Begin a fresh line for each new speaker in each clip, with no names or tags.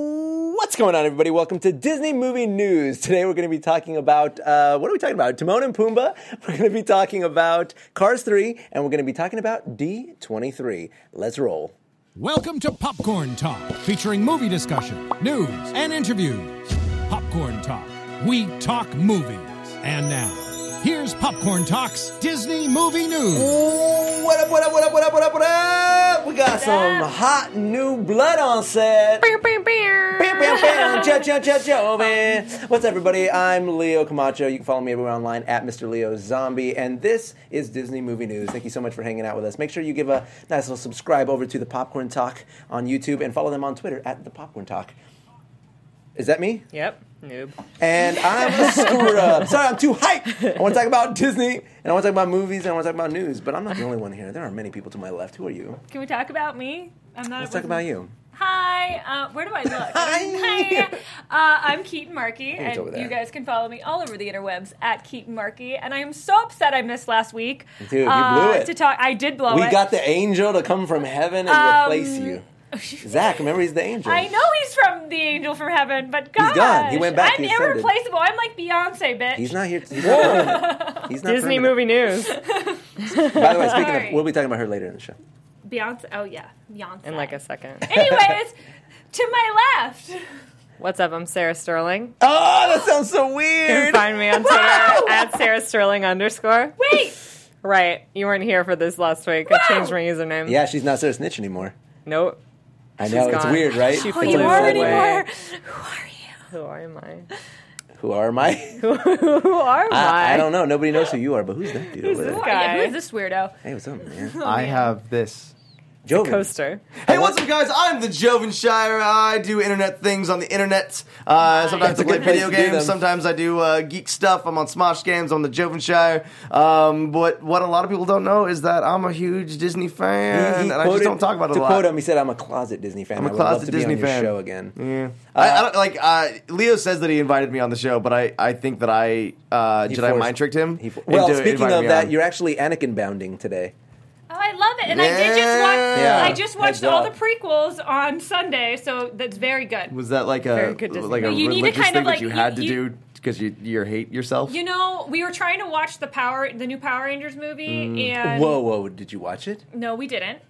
What's going on, everybody? Welcome to Disney Movie News. Today we're going to be talking about uh, what are we talking about? Timon and Pumbaa. We're going to be talking about Cars 3, and we're going to be talking about D23. Let's roll.
Welcome to Popcorn Talk, featuring movie discussion, news, and interviews. Popcorn Talk, we talk movies. And now, here's Popcorn Talk's Disney Movie News.
What up, what up, what up, what up, what up, what up? We got some hot new blood on set. Bam, bam, bam. Joe, Joe, Joe, Joe, man. What's up, everybody? I'm Leo Camacho. You can follow me everywhere online at Mr. Leo Zombie. And this is Disney Movie News. Thank you so much for hanging out with us. Make sure you give a nice little subscribe over to The Popcorn Talk on YouTube and follow them on Twitter at The Popcorn Talk. Is that me?
Yep, noob.
And I'm a scrub. Sorry, I'm too hyped. I want to talk about Disney, and I want to talk about movies, and I want to talk about news. But I'm not the only one here. There are many people to my left. Who are you?
Can we talk about me? I'm not.
Let's talk about you.
Hi. Uh, where do I look?
Hi.
Uh, I'm Keaton Markey,
it's over
and
there.
you guys can follow me all over the interwebs at Keaton Markey. And I am so upset I missed last week.
Dude, you
uh,
blew it.
To talk, I did
Oh,
blow
We
it.
got the angel to come from heaven and
Um,
replace you. Zach, remember he's the angel.
Oh, I know he's from the angel from heaven, but God,
gone. He went back.
I'm
He ascended.
irreplaceable. I'm like Beyonce, bitch.
He's not here. He's not permanent. He's not
Disney
permanent.
movie news
By the way, speaking of,
Sorry.
we'll be talking about her later in the show.
Beyonce. Oh yeah, Beyonce.
in like a second.
Anyways, to my left.
What's up? I'm Sarah Sterling.
Oh, that sounds so
You
weird.
can find me on Twitter at Sarah Sterling underscore.
Wait.
Right, you weren't here for this last week. I changed my username.
Yeah, she's not Sarah Snitch anymore.
Nope.
I know it's
gone.
weird, right?
She
It's
Oh,
a
you
little
Flew
already
weird.
away.
were. Who are you?
Who am I?
Who are my?
Who are I?
I, I don't know. Nobody knows who you are, but who's that dude over there?
Who are you?
Guy.
Who is this weirdo?
Hey, what's up, man?
I have this.
Joven.
Coaster.
Hey, what's up, guys? I'm the Joven Shire. I do internet things on the internet. Uh, sometimes
That's a
I play
good place
video
to do them.
games. Sometimes I do uh, geek stuff. I'm on Smosh Games on the Joven Shire. Um, but what a lot of people don't know is that I'm a huge Disney
He- he
fan, and I
quoted-
just don't talk about it
to
a lot.
quote him, he said, "I'm a closet Disney fan.
I'm a
I would love
closet
to
Disney
be on
fan.
your show again."
Yeah. I, I don't like. Uh, Leo says that he invited me on the show, but I, I think that I uh, Jedi
forced-
mind tricked him.
He-
into
well, speaking
inviting
of
me
that,
on.
you're actually Anakin bounding today.
Oh, I love it. And I did just watch
Yeah.
I just watched
Heads
all
up.
the prequels on Sunday, so that's very good.
was that like
Very
a
good Disney
like a
movie. You need to
religious
kind
thing
of,
that
like,
you
you-
had to
you-
do because you you hate yourself?
You know, we were trying to watch the Power the new Power Rangers movie and
Whoa, whoa! Did you watch it?
no, we didn't.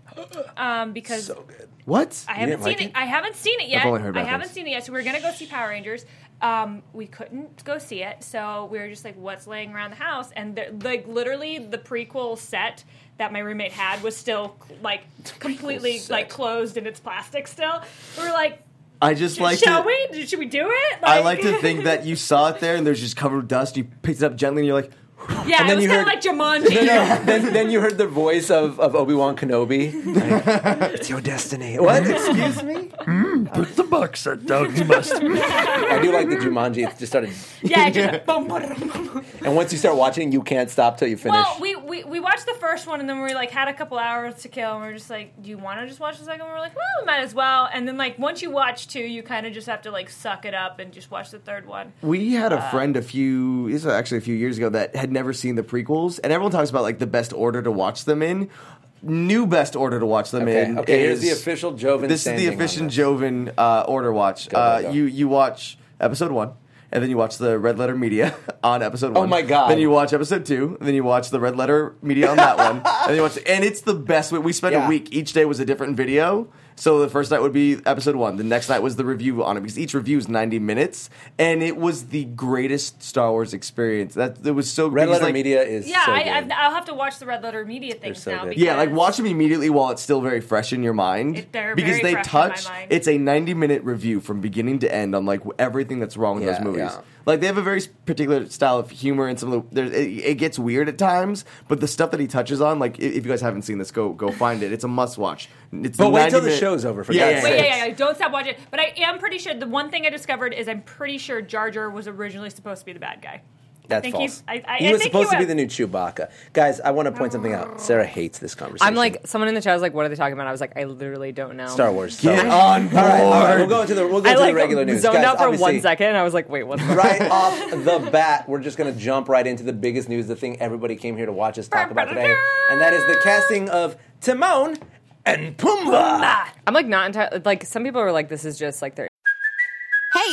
Um because
So good.
What?
I haven't
didn't
seen
like
it.
it?
I haven't seen it yet.
only heard
I
bad
haven't
things.
seen it yet. So we are gonna go see Power Rangers. Um, we couldn't go see it, so we were just like, "What's laying around the house?" And there- like literally, the prequel set that my roommate had was still like completely
set.
like closed in its plastic. Still, we were like,
I just like
"Shall
to,
we? Should we do it?"
I like to think that you saw it there and there's just covered with dust. You picked it up gently and you're like,
yeah,
And then
it was
you
kind
heard-
of like Jumanji.
No, no. then, then you heard the voice of, of Obi Wan Kenobi. Like, it's your destiny. What? Excuse me?
"Put the box set down, you must."
I do like the Jumanji. It just started.
Yeah, it just bum, bum, bum, bum, bum.
And once you start watching, you can't stop till you finish.
Well, we, we we watched the first one and then we like had a couple hours to kill and we are just like, do you want to just watch the second one? We're like, well, we might as well. And then like once you watch two, you kind of just have to like suck it up and just watch the third one.
We had a friend a few, this was actually a few years ago, that had never seen the prequels, and everyone talks about like the best order to watch them in. New best order to watch them
okay,
in.
okay here's the
is-
official Joven.
This is the
standing on
efficient
this.
Joven uh, order watch.
go,
uh,
go.
You you watch episode one, and then you watch the Red Letter Media on episode
Oh
one.
my God.
Then you watch episode two, and then you watch the Red Letter Media on that one, and then you watch. And it's the best. We, we spent
Yeah.
a week. Each day was a different video. So the first night would be episode one. The next night was the review on it because each review is ninety minutes, and it was the greatest Star Wars experience. That it was so
Red
because,
Letter
like,
Media is
Yeah,
so
I,
good.
I, I'll have to watch the Red Letter Media things
so
now.
good.
Because
Yeah, like watch them immediately while it's still very fresh in your mind.
It- they're
because
very
they
fresh in my
touch.
mind.
It's a ninety-minute review from beginning to end on like w- everything that's wrong with
Yeah,
those movies.
yeah.
Like they have a very s- particular style of humor and some of the. There's, it, it gets weird at times, but the stuff that he touches on, like i- if you guys haven't seen this, go go find it. It's a must-watch. It's
But
a
wait till the
90-minute
show's over, for God's
yeah,
Wait,
yeah,
sake.
yeah.
yeah, yeah, yeah, don't stop watching. But I am pretty sure the one thing I discovered is I'm pretty sure Jar Jar was originally supposed to be the bad guy.
That's
think
false.
he's- I- I-
he
I
was
think
supposed
he
to be
was.
the new Chewbacca. Guys, I want to point something out. Sarah hates this conversation.
I'm like, someone in the chat was like, what are they talking about? I was like, I literally don't know.
Star Wars. Star
Get
Wars.
on board.
All right, all right, we'll go into the we'll go
I
into
like
the regular news.
zoned
Guys,
out for
obviously,
one second. I was like, wait, what's going
Right off the bat, we're just going to jump right into the biggest news, the thing everybody came here to watch us talk about today, and that is the casting of Timon and Pumbaa.
I'm like not entirely like some people are like this is just like their
Hey,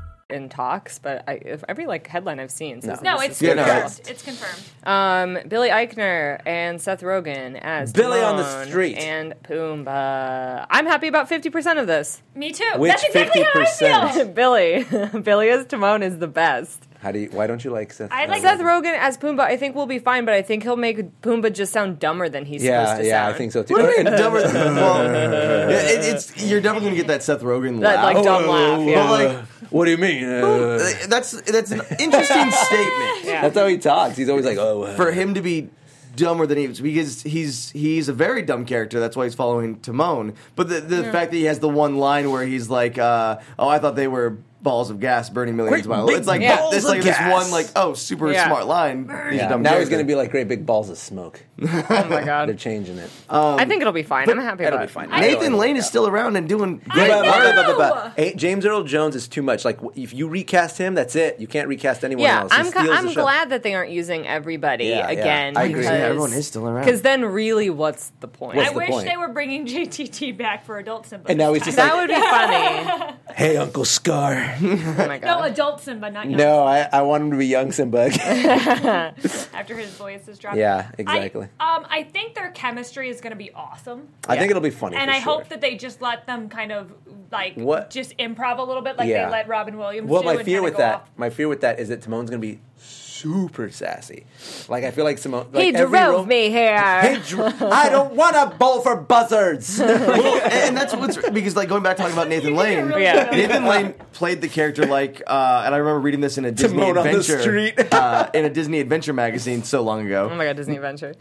in talks, but I, if every like headline I've seen says
No, it's
this is
Yeah, no,
confirmed. It's confirmed.
um Billy Eichner and Seth Rogen as
Billy on the
Timon
Street.
and Pumbaa. I'm happy about fifty percent of this.
Me too.
Which
That's exactly how I
50%?
feel.
Billy, Billy as Timon is the best.
How do you? Why don't you like Seth?
I
Rogen?
like
Seth Rogen as Pumbaa, I think will be fine, but I think he'll make Pumbaa just sound dumber than he's
Yeah,
supposed to
yeah,
sound.
I think so too.
What do you mean dumber? well, yeah, it, it's you're definitely gonna get that Seth Rogen laugh.
That, like dumb laugh. Yeah.
But, like,
what do you mean? Uh,
Uh, that's that's an interesting statement
That's how he talks. He's always like, oh, uh,
for him to be dumber than he is because he's he's a very dumb character. That's why he's following Timon. But the, the fact that he has the one line where he's like, uh, "Oh, I thought they were balls of gas burning millions
Great
of miles."
big
It's like
Yeah.
this,
balls
like
of
this
gas.
one, like oh, super
Yeah.
smart line. He's
yeah.
a dumb
now he's
character.
gonna be like great big balls of smoke.
Oh my
They're
god,
changing it.
I think it'll be fine. I'm happy about it.
Nathan Lane is still around and doing
But-
great.
but- but- but-
know!
but- eh, James Earl Jones is too much. Like w- if you recast him, that's it. You can't recast anyone
Yeah,
else. He
I'm ki-
steals the
I'm
show.
glad that they aren't using everybody
Yeah, yeah.
again.
I
agree.
because-
Yeah, everyone is still around.
Because then, really, what's the point?
What's
I
the
wish
point?
they were bringing JTT back for adult Simba.
And now
this
he's just
time.
like,
that would be funny.
"Hey, Uncle Scar."
Oh
no
my god.
adult Simba, not young.
no, I, I want him to be young Simba. again.
After his voice is dropped.
Yeah, exactly.
I, um, I think their chemistry is going to be awesome,
I think it'll be funny.
and
for
I
sure.
hope that they just let them kind of like
What-
just improv a little bit, like
Yeah.
they let Robin Williams.
Well,
do
my
and
fear
kinda
with
go
that,
off.
my fear with that is that Timon's gonna be super sassy. Like I feel like Simone. Like
he
every
drove
rom-
me here.
He dr- I don't want a bowl for buzzards.
Well, and- and that's what's because like going back talking about Nathan
You did
Lane.
really
Yeah.
good.
Nathan Lane played the character like, uh, and I remember reading this in a Disney
Timon on the
adventure
street.
uh, in a Disney adventure magazine so long ago.
Oh my god, Disney Adventure.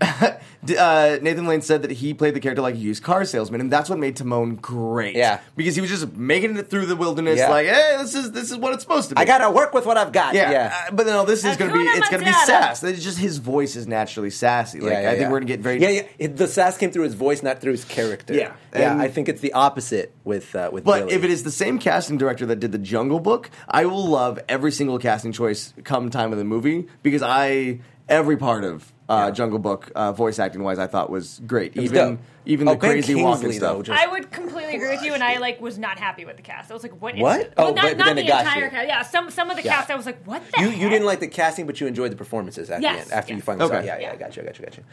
D- uh, Nathan Lane said that he played the character like a used car salesman, and that's what made Timon great.
Yeah.
because he was just making it through the wilderness,
Yeah.
like, hey, this is this is what it's supposed to be.
I gotta work with what I've got.
Yeah,
Yeah.
uh, but then all this is going to
Hakuna
be it's going to be
Matata.
sass. It's just his voice is naturally sassy. Like
Yeah, yeah,
I think
yeah.
we're going to get very
Yeah, yeah. It- the sass came through his voice, not through his character.
Yeah.
yeah.
And-
I think it's the opposite with uh, with.
But
Billy.
if it is the same casting director that did the Jungle Book, I will love every single casting choice come time of the movie because I every part of uh, Jungle Book uh, voice acting wise I thought was great.
was
even
dope.
even
Oh,
the
Ben
crazy walk and
Kingsley,
stuff.
though, just-
I would completely agree with you, and I like was not happy with the cast. I was like, "What? is
What?
this? Well,
Oh,
not,
but- but
not
then
the
it got
entire
you.
cast. Yeah, some some of the
Yeah.
cast. I was like, "What the?
you you didn't
heck?
like the casting, but you enjoyed the performances at
Yes,
the end. After
yeah.
you finally saw,
Okay.
it. yeah, yeah,
Yeah.
I got you, I got you, I got you.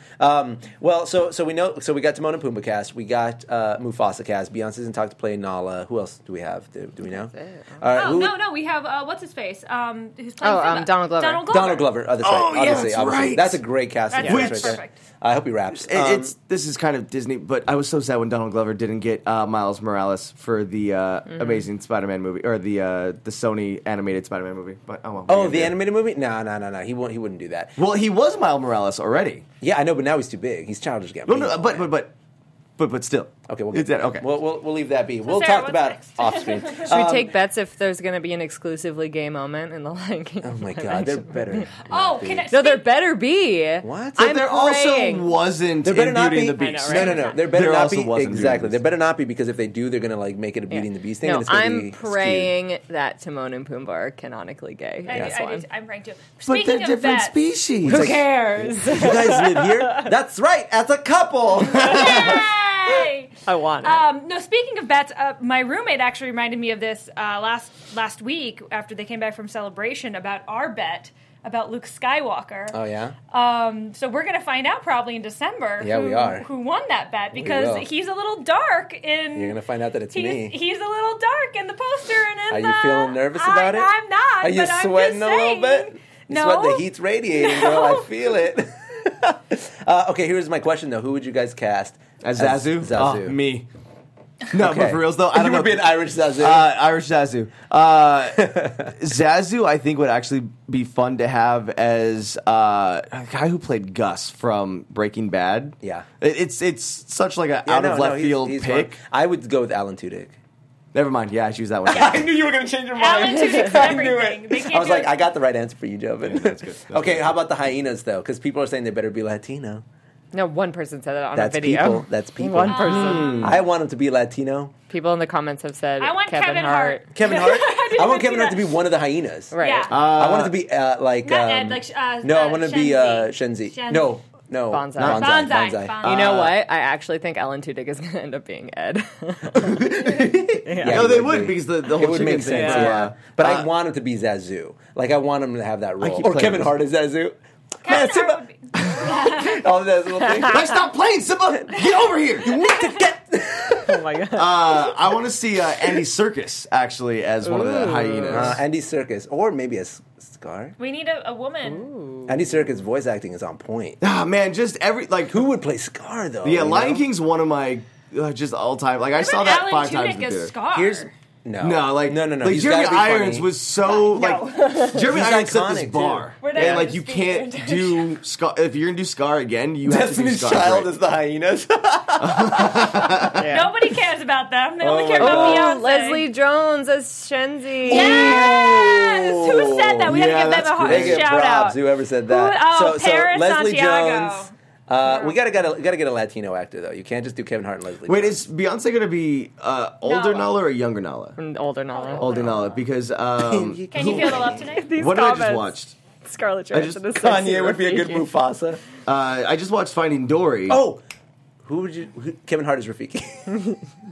Um, well, so so we know, so we got Timon and Pumbaa cast, we got uh, Mufasa cast, Beyonce's in talk to play Nala. Who else do we have? Do, do we know? All right,
Oh
who-
no, no, we have uh, what's his face? Um, who's playing
Oh, um,
Simba?
Donald Glover.
Donald Glover.
Donald Glover. Oh, that's right.
Oh, yeah,
obviously,
that's
obviously.
right.
That's a great casting. choice
That's
which-
right there.
perfect.
I hope he raps.
It-
Um,
it's this is kind of Disney, but I was so sad when Donald Glover didn't get uh, Miles Morales for the uh,
Mm-hmm.
Amazing Spider-Man movie or the uh, the Sony animated Spider-Man movie. But oh, well, what are you
oh,
gonna
the
do?
animated movie? No, no, no, no. He won't. He wouldn't do that.
Well, he was Miles Morales already.
Yeah, I know, but now he's too big. He's childish again.
No, no, but but but but but still.
okay, we'll
It's that- okay.
We'll, we'll we'll leave that be. we'll talk
Sarah, what's
about Oh
next?
it off screen.
Should we take bets if there's going to be an exclusively gay moment in the Lion King?
oh my god, they're better.
Oh, can I,
No, there better be.
What?
But
I'm
there
praying.
also wasn't
There better
in
not
Beauty
be.
and the Beast.
I know, right?
No, no, no. There better
There
not
also
be.
wasn't
exactly.
Beauty and the
There better not be because if they do, they're gonna like make it a Beauty and the Beast thing.
No,
and it's gonna
I'm
be
praying that Timon and Pumbaa are canonically gay.
I,
That's
I,
one.
I, am praying too.
But
Speaking
they're
of
different
bets,
species.
Who cares?
skewed. You guys live here. That's right. As a couple.
Yay!
I want it.
Um, no, speaking of bets, uh, my roommate actually reminded me of this uh, last last week after they came back from celebration about our bet about Luke Skywalker.
oh yeah.
Um, so we're gonna find out probably in December.
Yeah,
who,
we are.
Who won that bet
will.
because he's a little dark in.
You're gonna find out that it's
he's,
me.
He's a little dark in the poster and in
Are you
the-
feeling nervous
I-
about it?
I'm not.
Are you
but I'm just
sweating a little
saying.
bit? You
No.
sweat the heat's radiating, girl. I feel it. uh, okay, here's my question though. Who would you guys cast
As Zazu?
Zazu.
Oh, me. No, but
Okay.
for reals though, I don't
you
know.
would be an Irish Zazu.
Uh, Irish Zazu. Uh, Zazu, I think, would actually be fun to have as uh, a guy who played Gus from Breaking Bad.
Yeah.
It- it's it's such like a
Yeah,
out
no,
of
no,
left
he's-
field
he's
pick.
fine. I would go with Alan Tudyk.
Never mind. Yeah, I choose that one.
I knew you were going to change your
Alan Tudyk's everything. They can't
I was
do
like,
it.
I got the right answer for you, Jovan.
that's good. That's
okay,
good.
how about the hyenas though? Because people are saying they better be Latino.
No, one person said that on
That's
a video.
people. That's people. Mm.
One person.
I want him to be Latino.
People in the comments have said
Um, I want
Kevin,
Kevin
Hart.
Hart.
Kevin Hart.
I didn't
I want
see
Kevin Hart to
that.
be one of the hyenas.
Right.
Yeah.
I want it to be uh, like
Not
um,
Ed, like, uh,
no, I
uh,
want to be
Shenzi.
uh, Shenzi.
Shen-
No, no,
Bonsai.
not Bonsai.
Bonsai.
Bonsai.
Bonsai.
you know what? I actually think Alan Tudyk is going to end up being Ed.
Yeah,
No,
he
they would because the, the whole
it would make
chicken thing,
sense.
yeah.
Yeah, but I
Uh,
want him to be Zazu. Like I want him to have that role.
keep
Or
playing
Kevin
this.
Hart is Zazu. Man,
Kevin
Simba-
Hart would be-
All that little thing.
Hey, stop playing, Simba! Get over here! You need to get.
oh my god.
Uh, I want to see uh, Andy Circus actually as one of the hyenas.
Uh, Andy Circus, or maybe a s- scar.
We need a, a woman.
Andy Circus voice acting is on point.
ah, man, just every like
Who would play Scar though?
Yeah,
Oh, you
Lion
know?
King's one of my uh, just all time. Like I saw
Even
that
Alan
five
Tudyk
times. in the
as
theater.
Scar.
Here's no,
No, like
no, no, no.
Like
He's
Jeremy
gotta be
Irons
funny.
was so like Jeremy
He's
Irons set this
iconic,
bar,
We're not
and
gonna
like you
speak
can't
the entire
do Scar if you're gonna do Scar again. You
Destiny's
have to do Scar.
Child
right?
is the hyenas.
Nobody cares about them. They only
my
care
Oh.
about Beyonce.
Oh, Leslie Jones as Shenzi.
Yes! Who said that? We
Yeah,
had to give
that's
them a
great.
hard
They get
shout
props.
out.
Whoever said that.
Who- oh, Paris Santiago.
Jones. Uh, we gotta gotta gotta get a Latino actor though. You can't just do Kevin Hart and Leslie.
Wait,
Jones.
is Beyonce gonna be uh, older
No.
Nala or younger Nala?
And Older Nala.
Older Nala because um,
Can you feel the love tonight?
These
what did I
comments.
just watch?
Scarlett
I
Johansson.
just-
is sexy
Kanye would be a good
Rafiki.
Mufasa.
Uh, I just watched Finding Dory.
Oh, who would you? Who, Kevin Hart is Rafiki.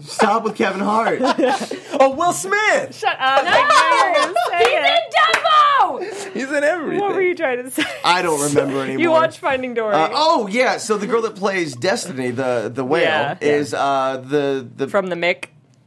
stop with Kevin Hart.
oh, Will Smith.
Shut up. No!
He's in Dumbo!
He's in everything.
What were you trying to say?
I don't remember anymore.
You watched Finding Dory.
Uh, oh yeah, so the girl that plays Destiny, the the whale,
Yeah.
is uh, the the
From the Mick.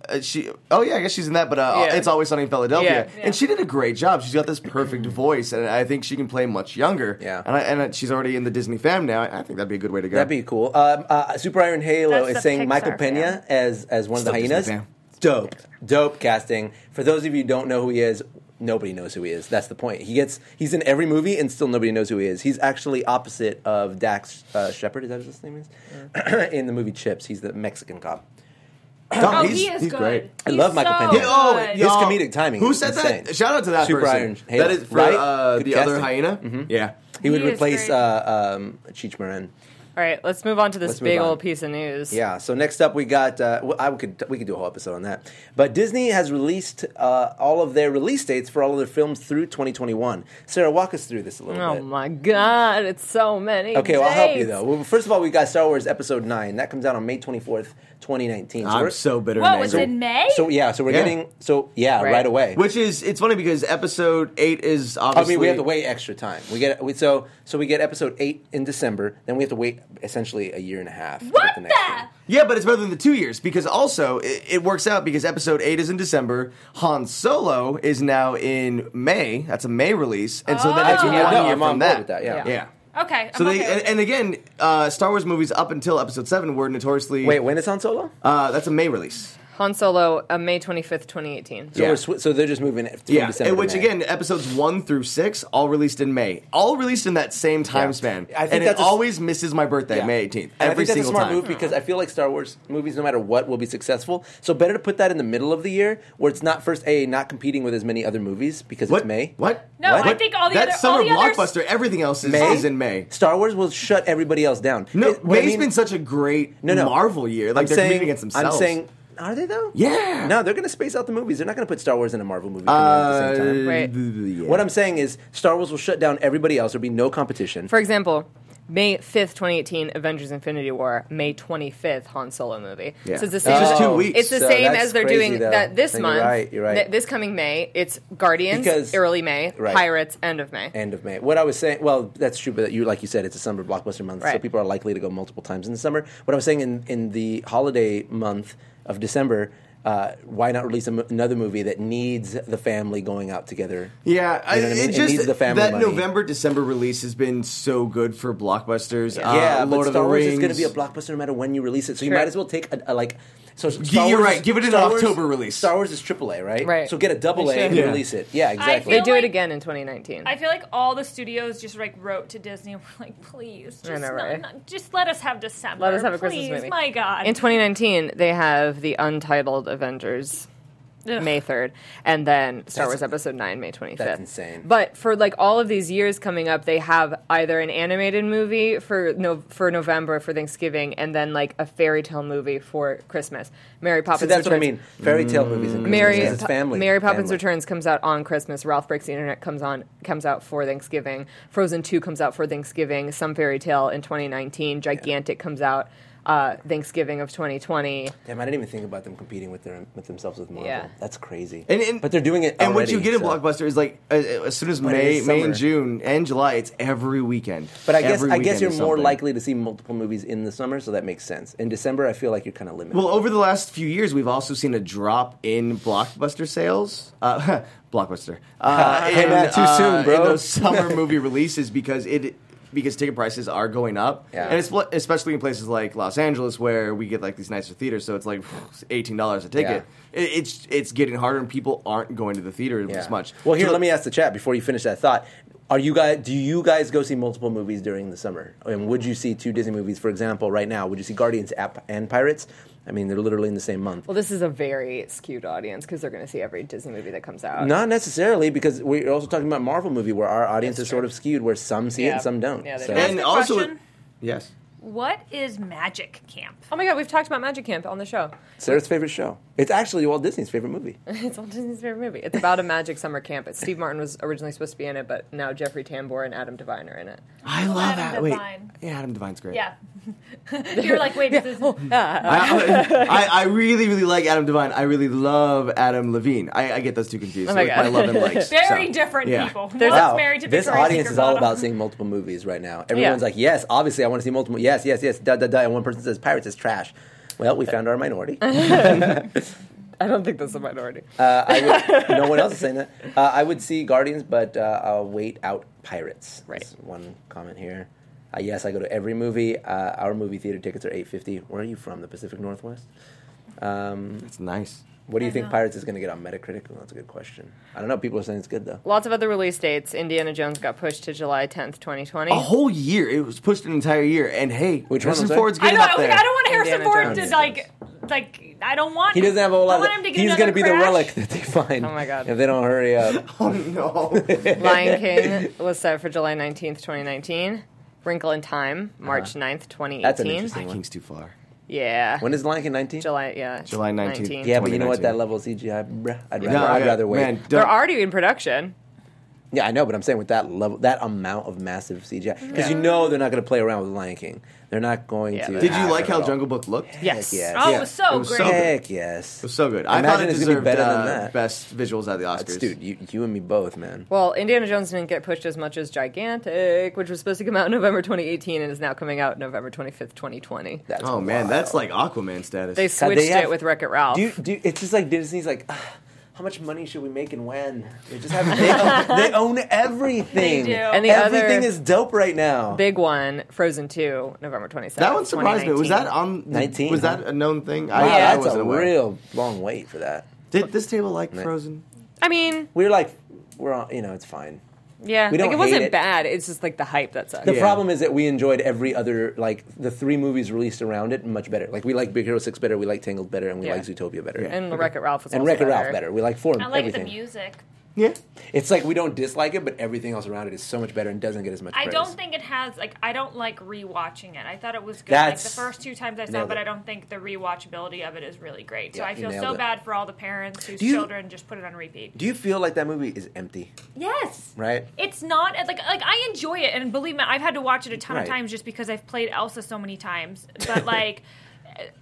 uh, she. Oh yeah, I guess she's in that, but uh,
Yeah.
it's always sunny in Philadelphia,
Yeah.
and she did a great job. She's got this perfect voice, and I think she can play much younger.
Yeah.
and I, and uh, she's already in the Disney fam now. I, I think that'd be a good way to go.
That'd be cool. Um, uh, Super Iron Halo
That's
is
the
saying
Pixar
Michael
fan.
Pena as as one
Still
of the
Disney
hyenas.
fan.
Dope, dope casting. For those of you who don't know who he is, nobody knows who he is. That's the point. He gets he's in every movie, and still nobody knows who he is. He's actually opposite of Dax uh, Shepard. Is that what his name is? in the movie Chips, he's the Mexican cop.
No,
Oh, he is good.
I love
He's
Michael
so
Pena.
Yeah, oh,
good.
His
y'all,
comedic timing
Who
is
said
insane.
that? Shout out to that
Super
person.
Iron Halo,
that is for
right?
uh,
Good
the other
casting. Mm-hmm.
hyena. Yeah,
He would
He is
replace
great.
uh, um, Cheech Marin.
All right, let's move on to this
Let's move
big
on.
old piece of news.
Yeah. So next up, we got. Uh, w- I could we could do a whole episode on that. But Disney has released uh, all of their release dates for all of their films through 2021. Sarah, walk us through this a little
Oh
bit.
my god, it's so many.
Okay, well, I'll help you
dates.
though. Well, first of all, we got Star Wars Episode Nine that comes out on May 24th, 2019. So we're-
I'm so bitter.
Whoa,
and
it's
angry.
in May?
So yeah, so we're
Yeah.
getting so yeah right,
Right.
away.
Which is it's funny because episode eight is
I
obviously.
mean, we have to wait extra time. We get we, so so we get episode eight in December. Then we have to wait essentially a year and a half. to get
What
next one.
the?
Yeah, but it's better than the two years because also it, it works out because episode eight is in December. Han Solo is now in May. That's a May release, and so then
Oh.
it's one
Yeah,
no, I'm
year from
on board
that.
with that, yeah.
yeah.
Okay.
So
I'm
they
okay
and,
with
and again, uh, Star Wars movies up until episode seven were notoriously
Wait, when is Han Solo?
Uh, that's a May release.
Han Solo, uh, May 25th, 2018.
so
yeah.
we're swi- so they're just moving it from
Yeah,
December.
and
to
which
May.
again, episodes one through six all released in May, all released in that same time
Yeah.
span.
I think
and
that's
it
a s-
always misses my birthday,
Yeah.
May eighteenth,
And
every
I think that's
single
a smart
time.
move because I feel like Star Wars movies, no matter what, will be successful. So better to put that in the middle of the year where it's not first a not competing with as many other movies because
what
it's May.
What?
No,
What?
I think all the
that
other-
summer
all the others-
blockbuster. Everything else is,
May
is in May.
Star Wars will shut everybody else down.
No,
It- what I
May's
mean-
been such a great
no, no.
Marvel year. Like
I'm
they're
saying,
competing against themselves.
I'm saying, are they though?
Yeah.
No, they're going to space out the movies. They're not going to put Star Wars and a Marvel movie coming out at
Uh,
the same time.
Right.
yeah.
What I'm saying is, Star Wars will shut down everybody else. There'll be no competition.
For example, May 5th, 2018, Avengers Infinity War, May 25th, Han Solo movie.
Yeah.
So it's
Uh,
the
It's
same,
just two weeks.
It's the
So
same
that's
as they're
crazy,
doing
though.
that this
No, you're
month.
right, you're right.
th- this coming May, it's Guardians,
Because-
early May,
right.
Pirates, end of May.
end of May. What I was saying, well, that's true, but you like you said, it's a summer blockbuster month, so
Right.
people are likely to go multiple times in the summer. What I was saying in in the holiday month of December. Uh, why not release a mo- another movie that needs the family going out together?
Yeah, I,
You know what I
it
mean? It
just
needs the family
that
money.
November December release has been so good for blockbusters. Uh,
yeah,
Lord
but
of
Star
the
Wars
Rings
is going to be a blockbuster no matter when you release it, so you
Sure.
might as well take a, a like So Star
you're
Wars-
right. Give it an
Star
October
Wars,
release.
Star Wars is AAA, right?
Right.
So get a double A
They should.
and
Yeah.
release it. Yeah, exactly.
They
feel
do
like-
it again in 2019.
I feel like all the studios just like wrote to Disney and were like, please, just,
I know,
not-
right?
not- just let us have December.
Let us have a
please,
Christmas movie.
My God.
In 2019, they have the untitled Avengers.
Ugh.
May 3rd, and then Star
That's-
Wars Episode 9, May 25th.
That's insane.
But for like all of these years coming up, they have either an animated movie for no for November for Thanksgiving, and then like a fairy tale movie for Christmas. Mary Poppins.
So that's what I
Returns-
mean. Fairy tale movies and Christmas
Mary,
because it's family.
Mary Poppins
family.
Returns comes out on Christmas. Ralph Breaks the Internet comes on comes out for Thanksgiving. Frozen Two comes out for Thanksgiving. Some Fairy Tale in 2019. Gigantic comes out uh, Thanksgiving of 2020.
Damn, I didn't even think about them competing with their with themselves with Marvel.
Yeah.
That's crazy.
And, and-
but they're doing it.
And what
already,
you get in
so-
Blockbuster is like as, as soon as
But it
May,
is
May
summer.
and June and July, it's every weekend.
But I guess
Every
I guess
weekend
you're
is
more
something.
likely to see multiple movies in the summer, so that makes sense. In December, I feel like you're kind of limited.
Well, over the last few years, we've also seen a drop in blockbuster sales. Uh, blockbuster. Uh,
Came out too soon,
In
bro.
those summer movie releases because it because ticket prices are going up,
Yeah.
and it's pl- especially in places like Los Angeles where we get like these nicer theaters. So it's like eighteen dollars a ticket. It, it's it's getting harder, and people aren't going to the theater
Yeah.
as much.
Well, here,
So-
let me ask the chat before you finish that thought. Are you guys? Do you guys go see multiple movies during the summer? And would you see two Disney movies, for example, right now? Would you see Guardians app and Pirates? I mean, they're literally in the same month.
Well, this is a very skewed audience because they're going to see every Disney movie that comes out.
Not necessarily, because we're also talking about Marvel movie, where our audience is sort of skewed, where some see it
Yeah.
and some don't.
Yeah, they
so.
do.
That's
And
the
also-
question.
Yes.
What is Magic Camp?
Oh my god, we've talked about Magic Camp on the show.
Sarah's favorite show. It's actually Walt Disney's favorite movie.
It's Walt Disney's favorite movie. It's about a magic summer camp. It's Steve Martin was originally supposed to be in it, but now Jeffrey Tambor and Adam Devine are in it.
I love
Adam
that. Wait,
Devine.
yeah, Adam Devine's great.
Yeah. You're like, wait, this is
I, I, I really, really like Adam Devine. I really love Adam Levine. I, I get those two confused.
Oh my
with my
God.
love and likes.
very
So,
different
yeah.
people.
There's-
One's
Wow,
married to
this
Victoria
audience is all
Secret
about
model.
seeing multiple movies right now. Everyone's
Yeah.
like, yes, obviously, I want to see multiple. Yes, yes, yes, da da da. And one person says Pirates is trash. Well, we found our minority.
I don't think that's a minority.
Uh, I would, no one else is saying that. Uh, I would see Guardians, but uh, I'll wait out Pirates.
Right.
That's one comment here. Uh, yes, I go to every movie. Uh, our movie theater tickets are eight fifty. Where are you from? The Pacific Northwest.
It's nice.
What do you think Pirates is going to get on Metacritic? Well, that's a good question. I don't know. People are saying it's good though.
Lots of other release dates. Indiana Jones got pushed to July 10th, 2020.
A whole year. It was pushed an entire year. And hey,
Which one
Harrison
was that?
Ford's
I
getting
know. I
up
was like,
there.
I don't want Harrison
Indiana
Ford to
Jones.
like, like I don't want.
He doesn't have a whole
I
lot.
want
Of,
him to get
he's
another
going to be
crash.
the relic that they find.
Oh my God.
If they don't hurry up.
Oh no.
Lion King was set for July 19th, 2019. Wrinkle in Time, March 9th, 2018.
Uh-huh. That's an interesting one.
King's too far.
Yeah.
When is Lion King 19?
July, yeah.
July 19th.
Yeah, but you know what?
2019.
That level of CGI, bruh, I'd rather,
No,
I'd
I-
rather wait.
Man, don't-
They're already in production.
Yeah, I know, but I'm saying with that level, that amount of massive CGI, because you know they're not going to play around with Lion King. They're not going
Yeah,
to.
but-
Did you
Ah,
like
sure
how
at all.
Jungle Book looked? It
Yes.
Heck yes.
Oh, it
Yeah.
was so
It was so
great.
good.
Heck yes.
was so good. I
Imagine
thought it
it's gonna be
deserved
better
uh,
than that.
best visuals at the Oscars.
That's- dude, you, you and me both, man.
Well, Indiana Jones didn't get pushed as much as Gigantic, which was supposed to come out in November 2018 and is now coming out November 25th, 2020.
That's
oh man,
wild.
that's like Aquaman status.
They
God, they
switched
have-
it with Wreck It Ralph.
Do, you- do, you- it's just like Disney's like, "Ah, how much money should we make and when? They just have they own, they own everything.
They do.
And the
everything
other-
is dope right now.
Big one, Frozen 2, November 27th.
that one surprised me. Was that
2019.
on?
19,
Was
huh?
that a known thing?
wow,
I, I
that's
wasn't
a
aware.
real long wait for that.
Did this table like Frozen?
I mean,
We're like, we're on. You know, it's fine.
yeah.
We don't
like, it
hate
wasn't
it.
bad. It's just like the hype that sucks.
The
Yeah.
problem is that we enjoyed every other like the three movies released around it much better. Like we like Big Hero Six better, we like Tangled better, and we
Yeah.
like Zootopia better.
and Wreck It Ralph was
And
also
Wreck It Ralph better. We like four.
I like
everything.
the music.
Yeah.
It's like we don't dislike it, but everything else around it is so much better and doesn't get as much.
I
praise.
don't think it has like I don't like rewatching it. I thought it was good like the
That's-
first two times I saw
nailed
it, but
it.
I don't think the rewatchability of it is really great. So
Yeah,
I
you
feel
nailed
so
it.
bad for all the parents whose
Do you-
children just put it on repeat.
Do you feel like that movie is empty?
Yes.
Right.
It's not like like I enjoy it, and believe me, I've had to watch it a ton
Right.
of times just because I've played Elsa so many times. But like.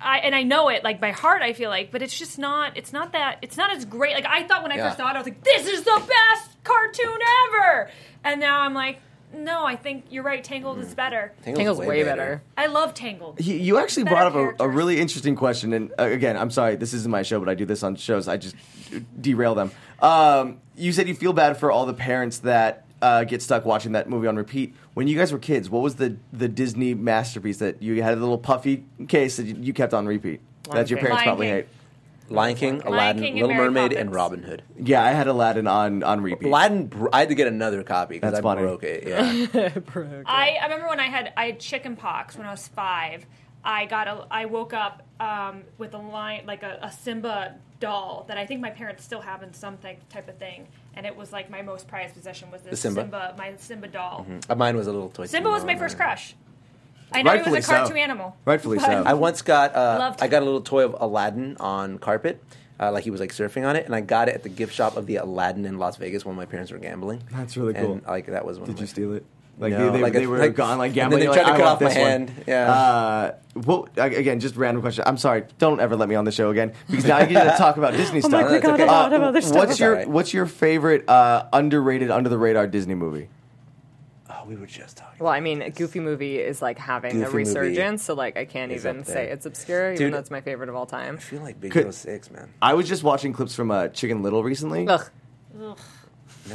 I, and I know it like by heart. I feel like, but it's just not. It's not that. It's not as great. Like I thought when I
Yeah.
first saw it, I was like, "This is the best cartoon ever," and now I'm like, "No, I think you're right. Tangled
Hmm.
is better."
Tangle's way, better.
I love Tangled.
You- You actually
Better
brought up a, a
characters.
really interesting question, and uh, again, I'm sorry, this isn't my show, but I do this on shows. I just derail them. Um, you said you feel bad for all the parents that uh, get stuck watching that movie on repeat. When you guys were kids, what was the the Disney masterpiece that you had a little puffy case that you, you kept on repeat? that your
King.
parents
Lion
probably
King.
hate.
Lion King,
Lion
Aladdin,
King and
Little
Mary
Mermaid, and
Poppins.
Robin Hood.
Yeah, I had Aladdin on on repeat.
Aladdin, br- I had to get another copy because
That's
I
funny.
broke it. Yeah,
I, I remember when I had I had chicken pox when I was five. I got a I woke up um, with a line like a, a Simba doll that I think my parents still have in some thi- type of thing, and it was like my most prized possession was this
Simba? Mm-hmm.
Simba, my Simba doll.
mine was a little toy.
Simba was my first crush. I know
Rightfully
he was a cartoon
so.
animal.
Rightfully
but-
so.
I once got uh,
Loved
I got a little toy of Aladdin on carpet, uh, like he was like surfing on it, and I got it at the gift shop of the Aladdin in Las Vegas when my parents were gambling.
That's really
And,
cool.
like that was one.
Did
of
you
my-
steal it? Like
No,
they, they,
like
they
a-
were
like-
gone like
and
gambling.
then they
You're
tried
like,
to cut
"I want
off my
this one."
hand. Yeah.
Uh, well, a- again, just random question. I'm sorry. Don't ever let me on the show again because now you get to talk about Disney stuff.
Oh
Uh,
my God, I thought of other
What's
stuff.
your
Alright.
What's your favorite uh, underrated, under the radar Disney movie?
Oh, we were just talking.
Well, I mean, a Goofy movie is like having
Goofy
a
Movie
resurgence, so like I can't
is
even
up there.
say it's obscure,
Dude.
even though it's my favorite of all time.
I feel like Big
Could-
Hero Six, man.
I was just watching clips from uh, Chicken Little recently.
Ugh.
No,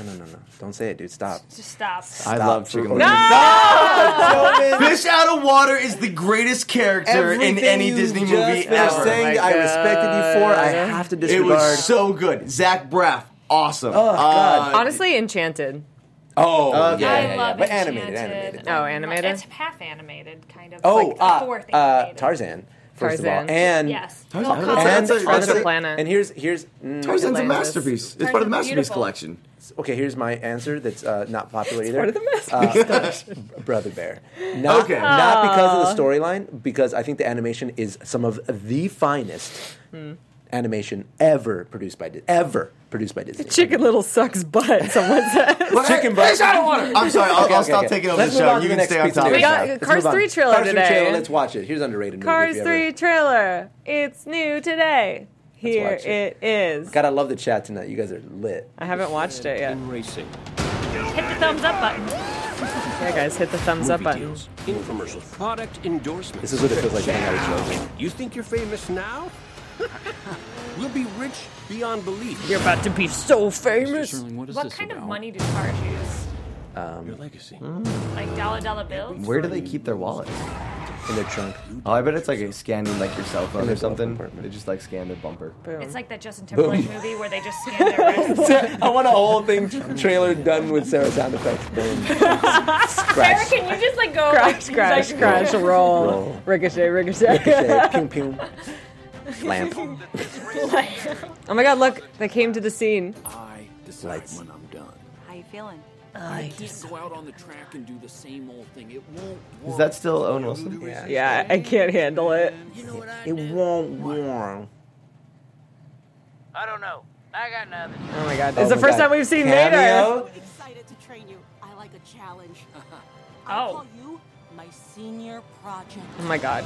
no, no, no. Don't say it, dude. Stop.
Just stop.
I
Stop.
love Chicken Little.
Gentlemen,
Fish out of water is the greatest character in
everything
any
you
Disney
just
movie
finished
ever.
saying
Oh my
I respected you for. I
God.
have to
it
disregard.
was so good. Zach Braff, awesome. Oh
God.
Honestly, Enchanted.
oh,
Okay.
yeah,
I
yeah, yeah.
love
But
Enchanted.
animated, animated.
Oh, animated?
It's half animated, kind of. It's
Oh,
like a
ah,
fourth
uh,
animated.
Tarzan. First
Tarzan.
of all, and
Yes.
Tarzan.
Phil
Tarzan.
Collins.
and
That's a- that's
honestly-
a
planet.
And here's here's mm,
Tarzan's a
Atlantis.
masterpiece. It's part of
Tarzan's
the masterpiece
beautiful.
collection.
okay. Here's my answer. That's uh, not popular either. Uh,
Part of the mess.
Brother Bear. Not,
Okay.
not because of the storyline, because I think the animation is some of the finest
Hmm.
animation ever produced by Disney. Ever produced by Disney.
Chicken Little sucks butt. Someone said.
Chicken butt.
Fish out of water. I'm sorry. I'll,
Okay,
I'll
okay,
stop
okay.
taking over
Let's
the
move
show.
on to
You
the
can
next
stay on
piece of
topic.
news.
We got
now.
Let's
Cars
move on.
3 trailer
Cars 3
today.
trailer, Let's watch it. Here's underrated.
Cars
movie if you ever-
3 trailer. It's new today. Here
watch it.
it is.
God, I love the chat tonight. You guys are lit.
I haven't watched it yet.
Racing.
Hit the thumbs up button.
Yeah, guys, hit the thumbs up button.
deals. Infomercials. Product endorsements.
This is what it feels like to hang out with Joe.
You think you're famous now? we'll be rich beyond belief.
You're about to be so famous.
What kind of money do cars use?
Um,
Your legacy.
Like dollar dollar bills?
Where do they keep their wallets?
In their trunk.
Oh, I bet it's like a scanning like your cell phone
their
or
glove
something.
compartment.
They just like scan their bumper.
It's like that Justin Timberlake movie where they just scan their wrists.
I want a whole thing trailer done with Sarah sound effects. Boom.
Sarah,
Scratch.
can you just like go
Crash,
like,
crash,
like-
crash, roll.
Roll.
Ricochet, ricochet.
Say, Pew pew. Lamp.
oh my god, look, they came to the scene.
I decide
Lights.
when I'm done.
How you feeling?
I can't go out on the track and do the same old thing. It won't work.
Is that still Owen Wilson?
Yeah.
Yeah, I can't handle it.
You know what I
It
did?
won't warm.
I don't know. I got nothing.
Oh my god, Oh
Oh
it's the
my
first
God.
time we've seen Mater.
Cameo?
excited to train you. I like a challenge.
Oh.
I call you my senior project.
Oh my god,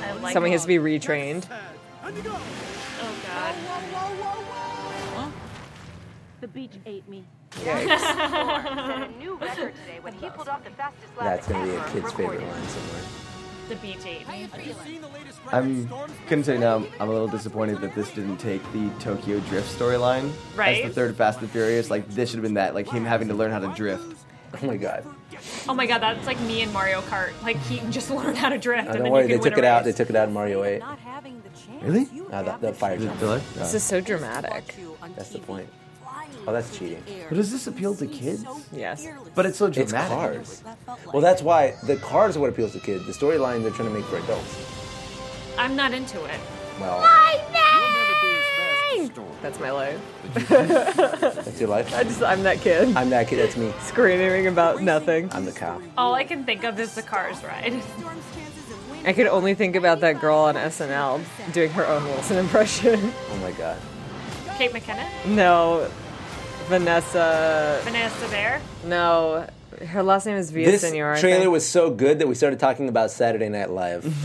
I like
someone has to be retrained.
Oh god.
The beach ate me.
Yikes.
Set a new record today when he pulled off the fastest lap
That's gonna be a
ever
kid's favorite
recorded.
line somewhere.
The BG.
I'm gonna say now I'm, I'm a little disappointed that this didn't take the Tokyo Drift storyline as
Right.
the third Fast and Furious. Like this should have been that, like him having to learn how to drift.
Oh my god.
Oh my god, that's like me and Mario Kart. Like Keaton just learned how to
Oh,
drift and
don't
then
worry,
you
they
can
took
win
it
a
out. They
race.
took it out in Mario 8.
Not having the chance.
Really?
You
No, the,
have
the fire
chance.
jump.
Filler?
This is so dramatic.
Watch you on
That's the
TV,
point.
flying
Oh, that's
through
cheating.
the air.
But does this appeal to
You seem
kids?
so
Yes.
fearless.
But it's so
It's
dramatic.
cars.
That felt like-
Well, that's why the cars are what appeals to kids. The storyline they're trying to make for adults.
I'm not into it.
Well,
That's my life.
that's your life.
I just, I'm that kid.
I'm that kid. That's me.
Screaming about nothing.
I'm the cop.
All I can think of is the cars ride.
Storm's chances of winning
I could only think about that girl on SNL doing her own Wilson impression.
Oh my god.
Kate McKinnon?
Mm.
no, Vanessa.
Vanessa Bear?
No, her last name is Via
This
Senor. I
trailer
think.
was so good that we started talking about Saturday Night Live.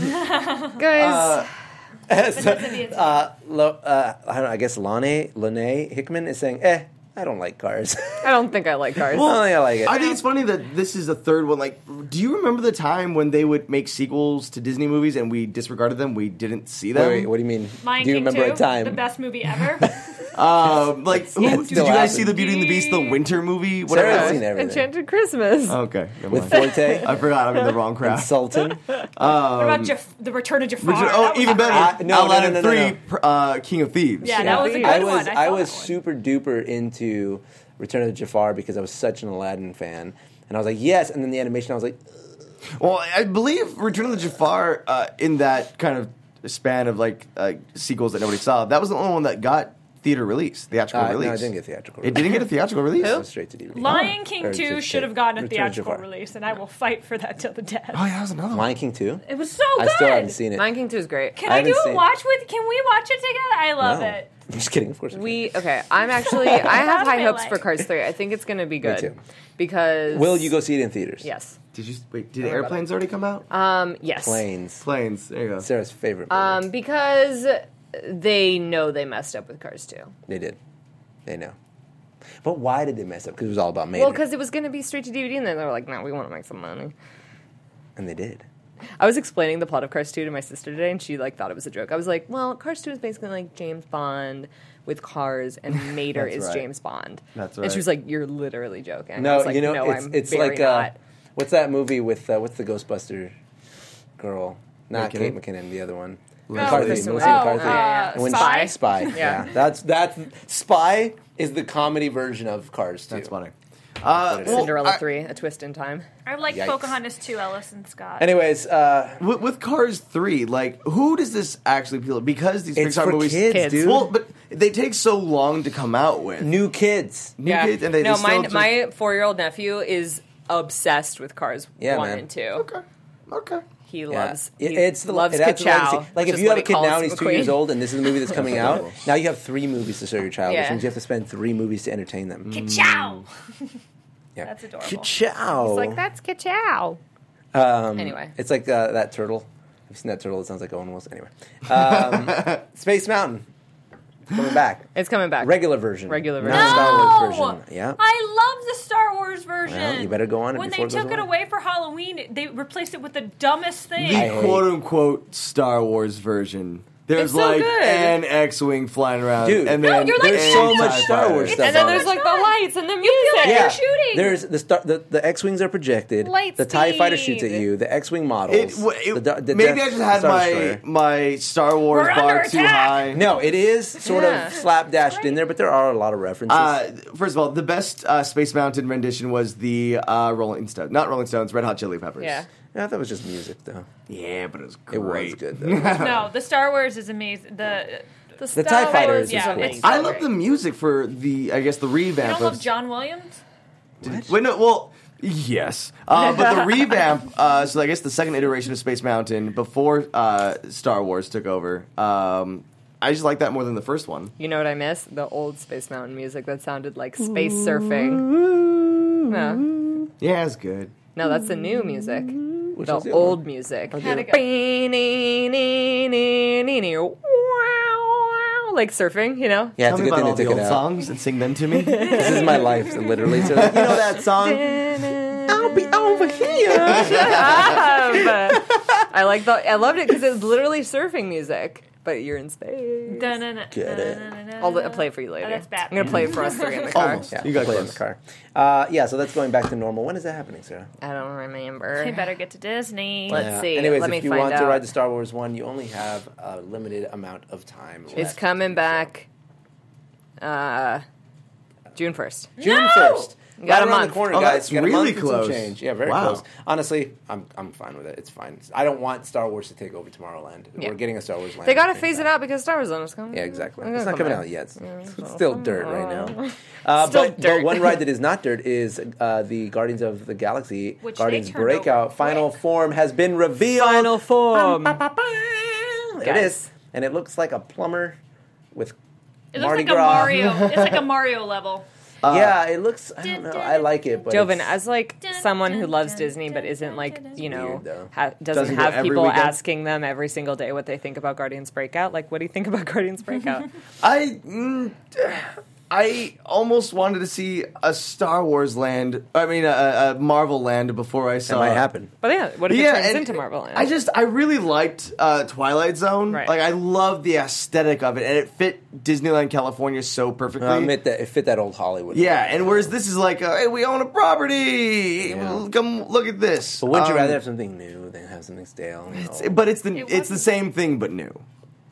uh,
guys.
So, uh, Lo, uh, I don't know. I guess Lane Lene Hickman is saying, "Eh, I don't like cars.
I don't think I like cars.
Well, I like it.
I think it's funny that this is the third one. Like, do you remember the time when they would make sequels to Disney movies and we disregarded them? We didn't see them.
Wait, wait, what do you mean?
Lion
do you
King
remember
2,
a time?
The best movie ever.
Um, like, who-
That
did you
still
guys see
happened.
the Beauty and the Beast, the winter movie?
Sarah's
it was?
seen everything.
Enchanted Christmas.
Okay, never
With
mind.
Forte?
I forgot. I'm in the wrong crowd.
and Sultan.
what
Um,
about Jaf- the Return of Jafar?
Which is-
That
oh,
was
even better.
I- no,
Aladdin
no, no, no, no.
Three, pr- uh, King of Thieves.
Yeah, that was a good
I was
one. I,
I,
saw
was
that one.
super duper into Return of the Jafar because I was such an Aladdin fan, and I was like, yes. And then the animation, I was like, "Uh,
Well, I believe Return of the Jafar uh, in that kind of span of like uh, sequels that nobody saw. That was the only one that got theater release, theatrical
Uh, no,
release.
it didn't get theatrical
It didn't get a theatrical release.
It was straight to DVD.
Lion
Or
King
just
2 should
straight
have gotten a
Return of
theatrical
Jafar.
release, and I will fight for that till the death.
Oh, yeah, that was another one.
Lion King two.
It was so
I
good.
still haven't seen it.
Lion King 2 is great.
Can
I
I, do
haven't
a
seen it.
watch with? Can we watch it together? I love
No.
it.
I'm just kidding. Of course, I can.
We okay. I'm actually. I have high
I
hopes
like.
for Cars Three. I think it's going to be good
too.
because
will you go see it in theaters?
Yes.
Did you wait? Did airplanes already come out?
Uh,
Um. Yes.
Planes.
Planes. There you go.
Sarah's favorite. Movie.
Um. Because they know they messed up with Cars Two.
they did. They know. But why did they mess up? Because it was all about Mater.
Well, because it was going to be straight to DVD, and then they were like, "No, we want to make some money."
and they did.
I was explaining the plot of Cars 2 to my sister today, and she like thought it was a joke. I was like, "Well, Cars 2 is basically like James Bond with cars, and Mater
That's
is
right.
James Bond."
That's
And she was like, "You're literally joking." I
No,
was like,
you know
no,
it's
I'm
it's
very
like uh,
not.
what's that movie with uh, what's the Ghostbuster girl? Not
McKinnon?
Kate McKinnon, the other one.
Oh,
Leslie.
McCarthy,
Kristen
Melissa
Wiig.
McCarthy.
Oh, uh,
And when
Spy?
Spy, yeah. That's that's Spy is the comedy version of Cars too.
That's funny. Uh,
what it is.
well,
Cinderella
I-
3, A Twist in Time.
I like
Yikes.
Pocahontas too, Ellison Scott.
Anyways, uh,
with, with Cars three, like who does this actually appeal? to? Because these
It's
Pixar
for
movies,
kids, Kids. dude.
Well, but they take so long to come out with.
new kids.
New kids, and they,
no,
they
my
still just-
my four year old nephew is obsessed with Cars
Yeah,
one
man.
and two.
okay, okay.
He
Yeah.
loves.
It-
He
it's the
loves
it adds to the
Ka-Chow,
legacy. Like
which
if
is
you have
what he
a kid
calls
now and he's two
McQueen.
years old, and this is the movie that's coming out. Now you have three movies to serve your child, which
Yeah.
means you have to spend three movies to entertain them.
Ciao.
Mm. Yeah.
That's adorable.
Ka-chow.
It's like that's Ka-Chow. Um, anyway,
It's like uh, that turtle. Have you seen that turtle? It sounds like Owen Wilson. Anyway, um, Space Mountain coming back.
it's coming back.
Regular version.
Regular
Not
version.
Star Wars
No!
version. Yeah.
I love the Star Wars version.
Well, you better go on it
When they
before it goes
took it
away.
away for Halloween, they replaced it with the dumbest thing.
I
the
hate-
quote unqute Star Wars version. There's
It's so
like
good.
an X Wing flying around,
Dude,
and
No,
then
you're like,
there's
"Shut
so
up."
much Star Wars
It's
stuff.
and then
so
there's
much
like
fun.
the lights and the music.
like
yeah.
They're shooting.
There's the star. The, the X wings are projected.
Light
the Tie Fighter
speed.
shoots at you. The X wing
It,
models.
w- it-
the, da- the
maybe
Death-
I just
the
had
Star
my
Destroyer.
my Star Wars
We're
bar
under
too
attack.
high.
No, it is sort
Yeah.
of slapdashed in there, but there are a lot of references.
Uh, first of all, the best uh, Space Mountain rendition was the uh, Rolling Stones, not Rolling Stones, Red Hot Chili Peppers.
Yeah.
yeah, that was just music, though.
yeah, but it was
It
great.
was good. Though.
no, the Star Wars is amazing. The
the Tie Fighter is
yeah,
just cool.
it's-
I love the music for the, I guess, the
you
revamp.
don't love
of,
John Williams?
Wait, no, well, yes, uh, but the revamp. Uh, so I guess the second iteration of Space Mountain before uh, Star Wars took over. Um, I just like that more than the first one.
You know what I miss? The old Space Mountain music that sounded like space surfing. No,
Yeah, it's good.
no, that's the new music.
Which
the
one's the other
old
one?
music.
How'd it go?
Like surfing, you know?
Yeah, it's
Tell
a
me
good
about
thing
all
they
the
took
old
it out.
songs and sing them to me.
This is my life, literally. So like, you know that song. I'll be over here.
I like the. I loved it because it was literally surfing music, but you're in space.
Get it.
I'll li- play it for you later.
that's
I'm gonna
Batman.
play it for us three in the car.
Almost.
Yeah,
You got
play it in
close.
the car. Uh, yeah, so that's going back to normal. When is that happening, Sarah?
I don't
They
remember.
better get to Disney.
Let's
Yeah.
see.
Anyways, if
Let me
you
find
want to
out.
ride the Star Wars one, you only have a limited amount of time.
It's
left.
coming back. Uh, June first.
June
No!
first.
got a
around
month.
The corner,
Oh,
guys.
that's
We got a
really
month and some
close.
change. Yeah, very
Wow.
close. Honestly, I'm I'm fine with it. It's fine. I don't want Star Wars to take over Tomorrowland.
Yeah.
We're getting a Star Wars land.
They gotta phase it out because Star Wars on is coming.
Yeah, exactly.
It's
It's
gonna
not
come
coming
out.
out yet. It's, it's still dirt right now. Uh,
Oh. Still
but, but
dirt.
one ride that is not dirt is uh, the Guardians of the Galaxy.
Which they
Guardians
turned
Breakout
over
Final
quick.
Form has been revealed.
Final form.
It
Guys.
is, and it looks like a plumber with.
It looks
Mardi
like a
Gras.
Mario. It's like a Mario level.
Uh,
yeah, it looks. I don't know. I like it, but
Jovan,
it's-
as like
Dun,
someone who
dun,
loves
dun,
Disney but
dun,
isn't
dun,
like
dun,
you
dun.
know
Weird, though.
ha- doesn't,
Doesn't do it
have
every
people
weekend?
asking them every single day what they think about Guardians Breakout. Like, what do you think about Guardians Breakout?
I mm, I almost wanted to see a Star Wars land. I mean, a, a Marvel land before I saw
might happen.
But yeah, what if
Yeah,
it turns
and
into Marvel? Land?
I just I really liked uh, Twilight Zone.
Right.
Like I love the aesthetic of it, and it fit Disneyland California so perfectly.
I Uh, admit that it fit that old Hollywood.
yeah, and whereas this is like, uh, hey, we own a property.
Yeah.
Come look at this.
But wouldn't you
Um,
rather have something new than have something stale? and
it's-
old?
But it's the it's the same thing, but new.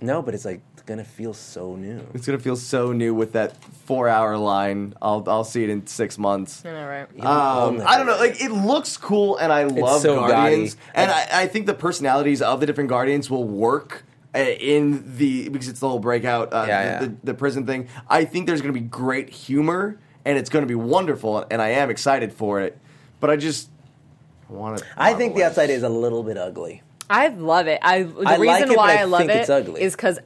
no, but it's like gonna feel so new.
It's gonna feel so new with that four hour line. I'll I'll see it in six months.
I know, right?
Um, I don't know. Like it looks cool, and I love
so
Guardians,
gaudy.
and I, I think the personalities of the different Guardians will work uh, in the because it's the whole breakout, uh,
Yeah,
the,
yeah.
The, the prison thing. I think there's going to be great humor, and it's going to be wonderful, and I am excited for it. But I just want to.
I think the outside is a little bit ugly.
I love it. I the
I like
reason
it, but
why
I
I, love
think
it
it's ugly.
is because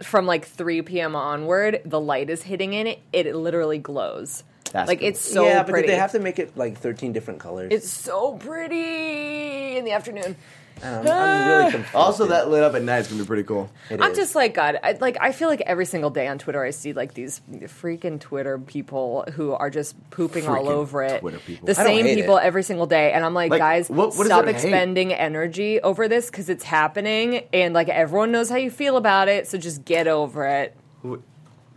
from like 3 p.m. onward, the light is hitting in it. It literally glows.
That's
like
cool.
it's so
yeah, but
pretty.
did they have to make it like thirteen different colors?
it's so pretty in the afternoon.
I don't know. Um, I'm really confused.
Also, that lit up at night is going to be pretty cool.
It
I'm
is.
just like God. I, like I feel like every single day on Twitter, I see like these freaking Twitter people who are just pooping all
Freaking
over it.
Twitter people.
The
I don't
same
hate
people
it.
every single day, and I'm like,
Like,
guys,
what- what is
stop
there to hate?
expending energy over this because it's happening, and like everyone knows how you feel about it, so just get over it.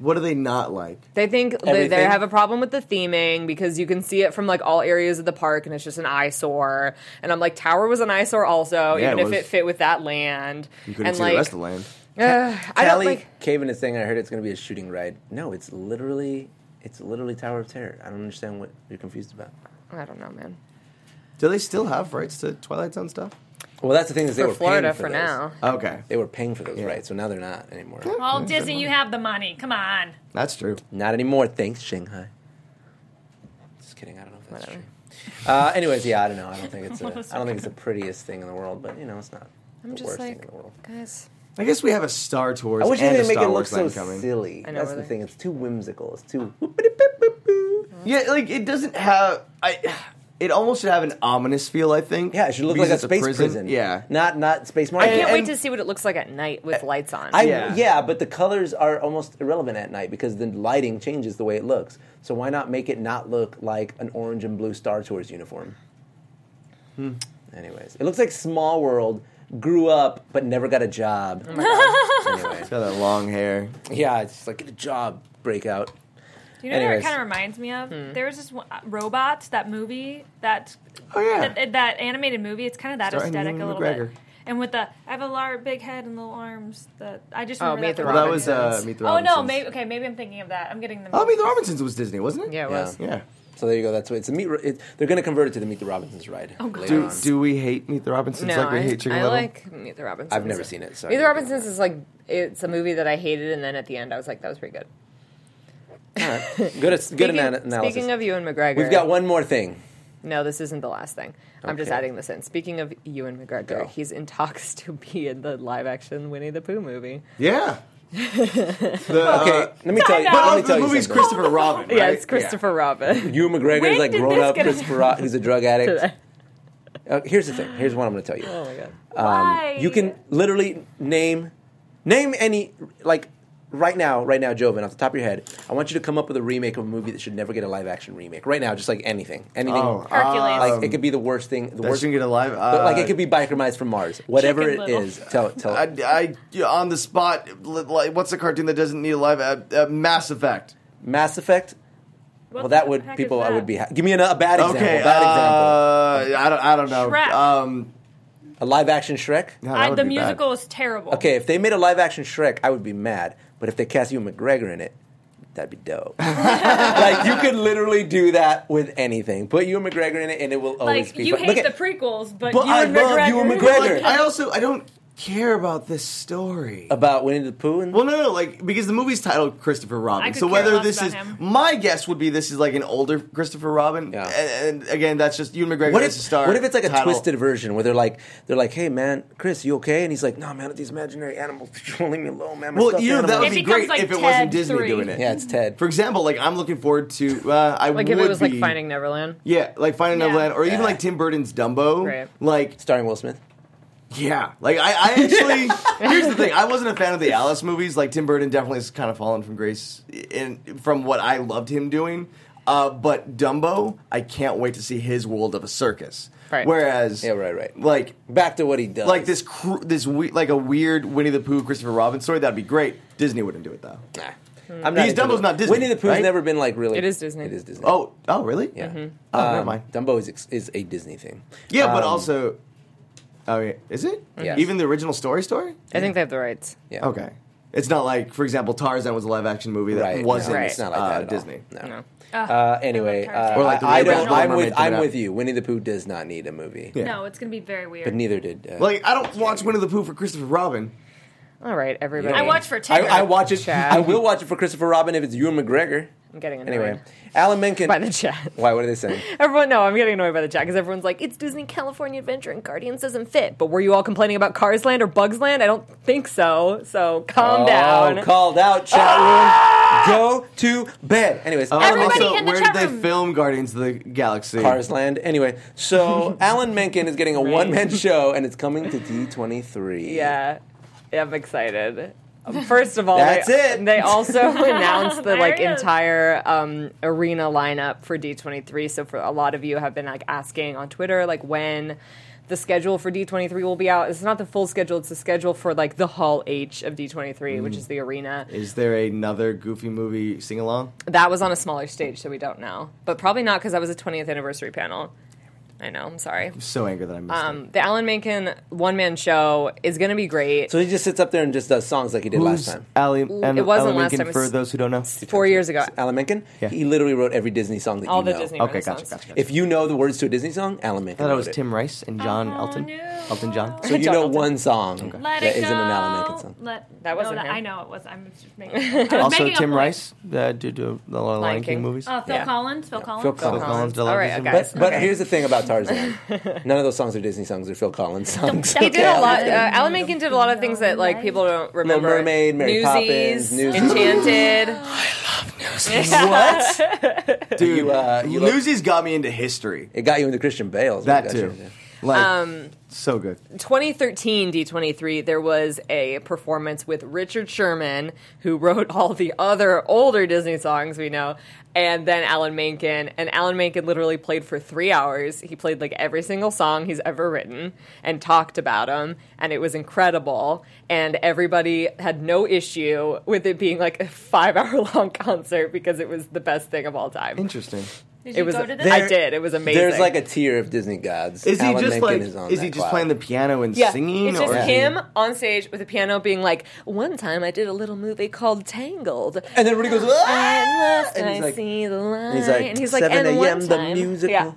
What do they not like?
They think they, they
Everything.
have a problem with the theming because you can see it from like all areas of the park, and it's just an eyesore. And I'm like, Tower was an eyesore also,
Yeah,
even
it
if
was.
it fit with that land.
You couldn't
and
see
like,
the rest of the land.
ugh, I don't
Callie
like.
Caven is saying I heard it's going to be a shooting ride. No, it's literally it's literally Tower of Terror. I don't understand what you're confused about.
I don't know, man.
Do they still have rights to Twilight Zone stuff?
Well, that's the thing is they
For
were
Florida
paying
for,
for, those.
now.
Uh,
Hmm.
Okay,
They were paying for those
Yeah.
rights, so now they're not anymore.
Well, Disney, you have the money. Come on.
that's true.
Not anymore, thanks Shanghai. Just kidding. I don't know if that's true. Uh, anyways, yeah, I don't know. I don't think it's a. I don't think it's the prettiest thing in the world, but you know, it's not
I'm
the
just
worst
like,
thing in the world.
guys.
I guess we have a Star Tours
I wish they
and a
didn't make
Star
it look
Wars
so
land coming.
silly.
I know,
That's the
really.
thing. It's too whimsical. It's too.
Yeah, like it doesn't have. I. It almost should have an ominous feel. I think.
Yeah, it should look
Because
like a
it's
space prison.
Yeah.
not not space
I
market.
can't
and-
wait to see what it looks like at night with lights on.
I,
Yeah.
yeah. but the colors are almost irrelevant at night because the lighting changes the way it looks. So why not make it not look like an orange and blue Star Tours uniform? Anyways, it looks like Small World grew up but never got a job. anyway,
It's got that long hair.
yeah, it's like get a job breakout.
Do you know what
Anyways.
it kind of reminds me of? There was this one, uh, Robots, that movie, that,
Oh yeah.
that that animated movie. It's kind of that
Starring
aesthetic
Ewan
a little
McGregor.
bit. And with the, I have a large, big head and little arms. That I just
Oh,
remember
Meet
that.
the
from-
well, that was uh,
Robinsons.
Meet the
Oh
Robinsons.
no, maybe okay, maybe I'm thinking of that. I'm getting them.
Oh, Meet the Robinsons was Disney, wasn't it?
yeah, it
Yeah.
was.
Yeah.
So there you go. That's what it's a meet. It, they're going to convert it to the Meet the Robinsons ride. Oh, later
Do,
on.
do we hate Meet the Robinsons
No,
like we
I,
hate Chicken
I
Little?
like Meet the Robinsons.
I've never seen it, so I
Meet the
don't know.
Robinsons is like it's a movie that I hated, and then at the end I was like, that was pretty good.
good, as- good
speaking,
ana- analysis.
Speaking of you and McGregor,
We've got one more thing.
No, this isn't the last thing. I'm just
Okay.
adding this in. Speaking of Ewan McGregor,
Go.
he's in talks to be in the live action Winnie the Pooh movie.
Yeah. The,
Okay,
uh,
let me tell you.
out.
Let
oh,
me tell
the
you
movie's
something.
Christopher Robin. Right?
Yeah, it's Christopher Robin.
Ewan McGregor
When
is like
did
grown
this
up
get
Christopher Rock, who's a drug addict.
Today.
Uh, here's the thing. Here's what I'm going to tell you.
oh my god.
Why?
You can literally name name any like right now, right now, Joven, off the top of your head. I want you to come up with a remake of a movie that should never get a live action remake. Right now, just like anything, anything.
Oh,
Hercules.
like
um,
it could be the worst thing. The
That
worst.
shouldn't get a live. Uh,
but, like it could be Biker Mice from Mars. Whatever
Chicken
it
Little.
is, tell it. Tell
I,
it.
I- yeah, on the spot. li- Like, what's a cartoon that doesn't need a live? Uh, uh, Mass Effect.
Mass Effect. Well, that would people. I would be. Ha- Give me an, a bad example.
Okay.
a bad example.
uh, I don't. I don't know.
Shrek.
Um,
A live action Shrek.
no, that
I,
would
the
be bad.
musical is terrible.
Okay, if they made a live action Shrek, I would be mad. But if they cast Ewan McGregor in it, that'd be dope. like you could literally do that with anything. Put Ewan McGregor in it, and it will always
like
be.
you
fun.
hate
Look
the
at-
prequels, but,
But
you
I
and
love
McGregor.
Ewan
But, like,
McGregor.
I also I don't care about this story.
about Winnie the Pooh and
Well, no, no, like because the movie's titled Christopher
I
Robin.
could
So
care
whether
less
this
about
is
him.
my guess would be this is like an older Christopher Robin.
Yeah.
And, and again, that's just Ewan McGregor
what
as
if
a star.
what if it's like a
title.
twisted version where they're like they're like, hey man, Chris, you okay? And he's like, no man, these imaginary animals, leave me alone, man. My
Well,
stuffed
you know
animals."
that would
It
be
becomes
great
like
if it
Ted
wasn't Disney
3.
doing it.
yeah, it's Ted.
For example, like I'm looking forward to uh, I
Like
would
if it was
be,
like Finding Neverland.
yeah like Finding
Yeah.
Neverland or even
Yeah.
like Tim Burton's Dumbo
Right.
like
starring Will Smith.
Yeah, like I, I actually. here's the thing: I wasn't a fan of the Alice movies. Like Tim Burton definitely has kind of fallen from grace, in from what I loved him doing. Uh, but Dumbo, I can't wait to see his world of a circus.
Right.
Whereas,
Yeah, right, right.
Like
Back to what he does.
like this, cr- this we- like a weird Winnie the Pooh, Christopher Robin story. That'd be great. Disney wouldn't do it though.
I'm not
These
into
Dumbo's
the-
not Disney,
Winnie the Pooh's
right?
never been like really.
It is Disney.
It is Disney.
Oh, oh, really?
yeah.
Mm-hmm.
Oh, never
Um,
mind.
Dumbo is ex- is a Disney thing.
Yeah, but
Um,
also, oh, yeah. is it?
Yes.
Even the original story story?
I think they have the rights.
Yeah.
Okay. It's not like, for example, Tarzan was a live action movie that
Right. no,
wasn't
Right.
It's not like
uh,
that at all.
Disney.
No.
No.
Uh, anyway, uh,
Tarzan. Or
like the
I, I
Little
don't.
Mermaid,
I'm
Little
with. I'm
Mermaid,
with you. Winnie the Pooh does not need a movie.
Yeah.
No, it's gonna be very weird.
But neither did. Uh,
Like, I don't watch Winnie the Pooh for Christopher Robin.
All right, everybody.
I watch for
I,
Tigger.
I watch it.
Chad.
I will watch it for Christopher Robin if it's Ewan McGregor.
I'm getting annoyed
Anyway, Alan Menken.
by the chat.
Why? What are they saying?
Everyone, no, I'm getting annoyed by the chat because everyone's like, "It's Disney California Adventure and Guardians doesn't fit." But were you all complaining about Cars Land or Bugs Land? I don't think so. So calm
oh,
down. Ah!
Called out chat room. Go to bed. Anyways, Alan
Everybody
Menken-
Um, also,
in the
where
chat
did they
room.
film Guardians of the Galaxy?
Cars Land. Anyway, so Alan Menken is getting a one man show and it's coming to D23.
yeah, yeah, I'm excited. Um, First of all,
That's
they,
it.
they also announced the
There it
like
is.
entire um, arena lineup for D23. So for a lot of you have been like asking on Twitter like when the schedule for D23 will be out. It's not the full schedule; it's the schedule for like the Hall H of D23, which
Mm.
is the arena.
Is there another Goofy movie sing along?
That was on a smaller stage, so we don't know. But probably not because that was a 20th anniversary panel. I know, I'm sorry.
So angry that I missed
Um, the Alan Menken one man show is going to be great.
So he just sits up there and just does songs like he
it.
did
Who's
last time.
Ali,
it wasn't
Alan
last
Menken
time, it
for
was-
those who don't know?
Four years ago.
Alan Menken?
Yeah.
He literally wrote every Disney song that
All
you
the
know.
Disney
Okay,
Renaissance.
gotcha, gotcha, gotcha.
If you know the words to a Disney song, Alan Menken.
I thought it
wrote
was Tim Rice and John Elton.
no.
Elton John.
So you
John
know
Elton.
one song
Let
that
it
isn't
go.
an Alan Menken song.
Let,
That wasn't
no,
him.
I know it was. I'm just making. I was
also,
making a
Tim
point.
Rice, uh, did do the Lion,
Lion
King,
King.
movies.
Oh, Phil
Yeah.
Collins. Phil Collins.
Phil Collins.
Collins,
All right,
Television.
guys.
But, but here's the thing about Tarzan. None of those songs are Disney songs; they're Phil Collins songs.
He did a lot. Uh,
Yeah.
Alan Menken did a lot of things that like people don't remember.
Mermaid, Mary
Newsies,
Poppins, Newsies.
Enchanted.
what?
Dude,
You, uh, you look-
Newsies got me into history.
It got you into Christian Bale's.
That
Got you
too.
into-
Like,
Um,
so good.
2013 D23, there was a performance with Richard Sherman, who wrote all the other older Disney songs we know, and then Alan Menken. And Alan Menken literally played for three hours. He played like every single song he's ever written and talked about them, and it was incredible. And everybody had no issue with it being like a five hour long concert because it was the best thing of all time.
Interesting.
Did
It
you
was.
go to this?
I did. It was amazing.
There's like a tier of Disney gods.
Is he
Alan
just
Menken
like?
Is,
Is,
on
he
that
just
cloud.
playing the piano and singing?
It's just
or is he-
him on stage with a piano being like, one time I did a little movie called Tangled.
And then everybody goes, ah!
and
he's like,
see the light.
and he's like, 7
"And one
a.m. the
time-"
musical.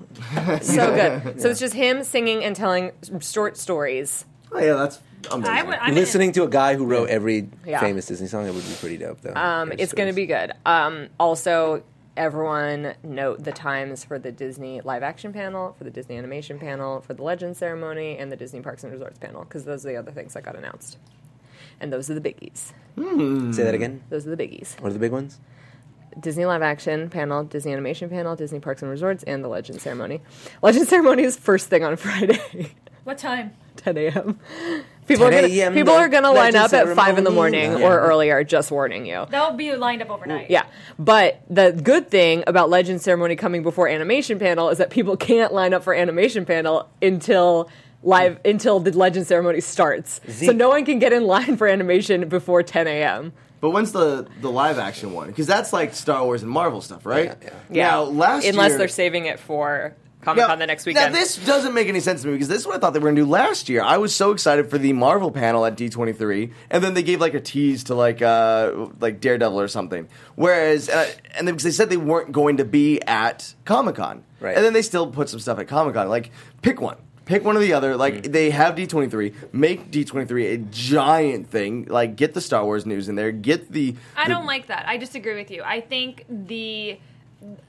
Yeah. so good. So it's just him singing and telling short stories.
Oh yeah, that's amazing.
I would, I'm
Listening to a guy who wrote every
Yeah.
famous Disney song, it would be pretty dope, though.
Um, it's going to be good. Um, also, everyone note the times for the Disney live action panel, for the Disney animation panel, for the Legends ceremony, and the Disney Parks and Resorts panel, because those are the other things that got announced. And those are the biggies.
Say that again.
Those are the biggies.
What are the big ones?
Disney live action panel, Disney animation panel, Disney Parks and Resorts, and the Legend Ceremony. Legend Ceremony is first thing on Friday,
What time?
10 a.m. People
10
are
a.m.,
gonna, people
the
are gonna line
Legend
up at five in the
Ceremony.
morning
Yeah.
or earlier. Just warning you.
That'll be lined up overnight.
Yeah, but the good thing about Legend Ceremony coming before animation panel is that people can't line up for animation panel until. Live until the legend ceremony starts, so
Zeke.
no one can get in line for animation before 10 a.m.
But when's the the live action one? Because that's like Star Wars and Marvel stuff, right?
Yeah,
Yeah,
Now, last
unless
year-
they're saving it for Comic
Now-
Con the next weekend.
Now this doesn't make any sense to me because this is what I thought they were going to do last year. I was so excited for the Marvel panel at D23, and then they gave like a tease to like uh like Daredevil or something. Whereas uh, and then because they said they weren't going to be at Comic Con,
Right.
And then they still put some stuff at Comic Con. Like pick one. Pick one or the other. Like
Mm-hmm.
they have D twenty three, make D twenty three a giant thing. Like get the Star Wars news in there. Get the.
I
the-
don't like that. I disagree with you. I think the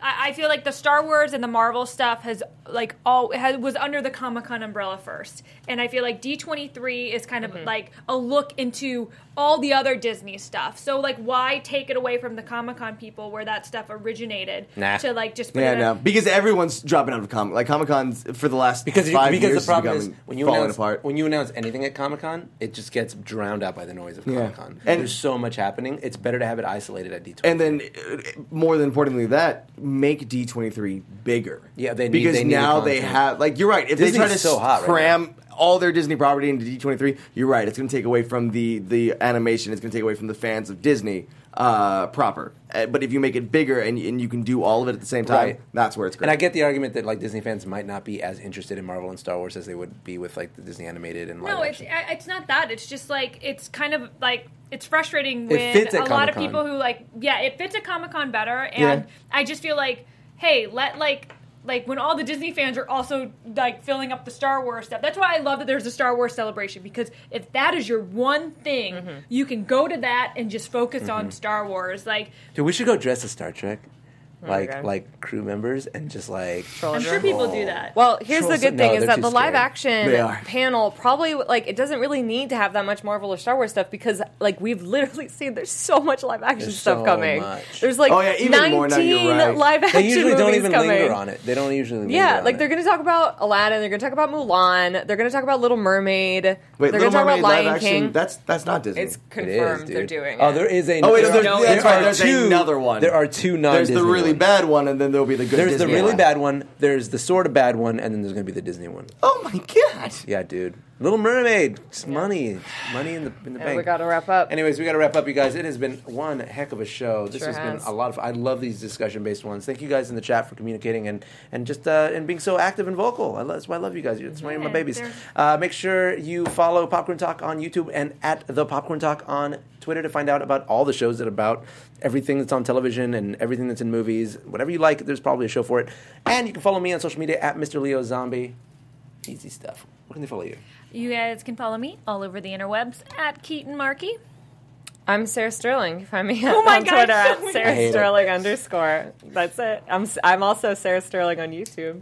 I, I feel like the Star Wars and the Marvel stuff has like all has, was under the Comic Con umbrella first, and I feel like D twenty three is kind of
Mm-hmm.
like a look into all the other Disney stuff. So like, why take it away from the Comic Con people where that stuff originated
Nah.
to like just put
Yeah,
it
uh,
no,
in-
because everyone's dropping out of Comic. Like Comic Con's for the last
Because, you,
five
because
years
the problem is
becoming-
when you
falling
announce
apart.
when you announce anything at Comic Con, it just gets drowned out by the noise of
Yeah.
Comic Con.
And-
There's so much happening. It's better to have it isolated at D20.
And then, uh, more than importantly, that make D twenty three bigger.
Yeah, they need-
because
they need the
now they
content.
have like you're right. If they try
Disney's
to
so hot right
cram all their Disney property into D twenty three, you're right. It's going to take away from the the animation. It's going to take away from the fans of Disney uh, proper. Uh, but if you make it bigger and and you can do all of it at the same time,
Right.
that's where it's great.
And I get the argument that like Disney fans might not be as interested in Marvel and Star Wars as they would be with like the Disney animated and live
No, it's
action.
I- it's not that. It's just like it's kind of like it's frustrating
It
when
fits
a
at
lot of
Comic-Con.
people who like yeah, it fits at Comic Con better,
Yeah.
and I just feel like hey, let like. Like when all the Disney fans are also like filling up the Star Wars stuff. That's why I love that there's a Star Wars celebration because if that is your one thing,
Mm-hmm.
you can go to that and just focus on
Mhm.
Star Wars. Like
Dude, we should go dress as Star Trek,
Oh my
like
God.
like crew members, and just like
I'm
sure people do that.
Well, here's
Trolls-
the good
no,
thing is
they're
that
too
the live
scary.
action
They are.
panel probably like it doesn't really need to have that much Marvel or Star Wars stuff because like we've literally seen there's so much live action
There's
stuff
so
coming.
much.
There's like
Oh, yeah, even
19
more now, you're right.
live action
They usually
movies
don't even
coming.
linger on it. They don't usually. Linger
Yeah,
on
like
it.
they're going to talk about Aladdin. They're going to talk about Mulan. They're going to talk about Little Mermaid.
Wait,
they're
Little
going to talk
Mermaid
about Lion
live action.
King.
That's that's not Disney.
It's confirmed they're
dude.
doing
Oh,
it.
there is a.
Oh wait,
there
there's,
are-
that's
there
right.
are
There's
two-
another one.
There are two non.
There's the really
bad.
bad one, and then there'll be the good.
There's
Disney
the really
one.
bad one. There's the sort of bad one, and then there's going to be the Disney one.
Oh my god!
Yeah, dude. Little Mermaid. It's money. Money in the in the
And
bank.
we got to wrap up.
Anyways, we got to wrap up, you guys. It has been one heck of a show. This
Sure
has,
has.
been a lot of. I love these discussion based ones. Thank you guys in the chat for communicating and and just uh, and being so active and vocal. I love, that's why I love you guys. That's why you're my
Yeah,
babies.
they're-
Uh, make sure you follow Popcorn Talk on YouTube and at the Popcorn Talk on Twitter to find out about all the shows that are about everything that's on television and everything that's in movies. Whatever you like, there's probably a show for it. And you can follow me on social media at Mr. Leo Zombie. Easy stuff. Where can they follow you?
you guys can follow me all over the interwebs at Keaton Markey.
I'm Sarah Sterling. You find me
Oh my
on
God,
Twitter
so
at
weird.
I
Sarah
hate it.
Sterling underscore. That's it. I'm s- I'm also Sarah Sterling on YouTube.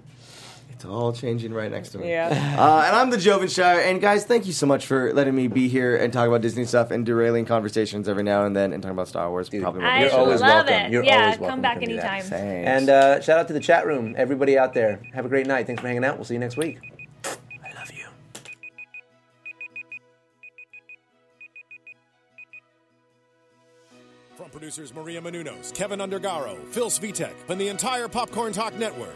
It's all changing right next to me.
Yeah.
Uh, and I'm the Jovan Shire. And guys, thank you so much for letting me be here and talk about Disney stuff and derailing conversations every now and then and talking about Star Wars. Probably won't
I
be
You're
sure.
always
love
welcome.
it.
You're
Yeah,
always
come
welcome.
back
to do that.
anytime. Thanks.
And uh, shout out to the chat room, everybody out there. Have a great night. Thanks for hanging out. We'll see you next week.
From producers Maria Menunos, Kevin Undergaro, Phil Svitek, and the entire Popcorn Talk Network,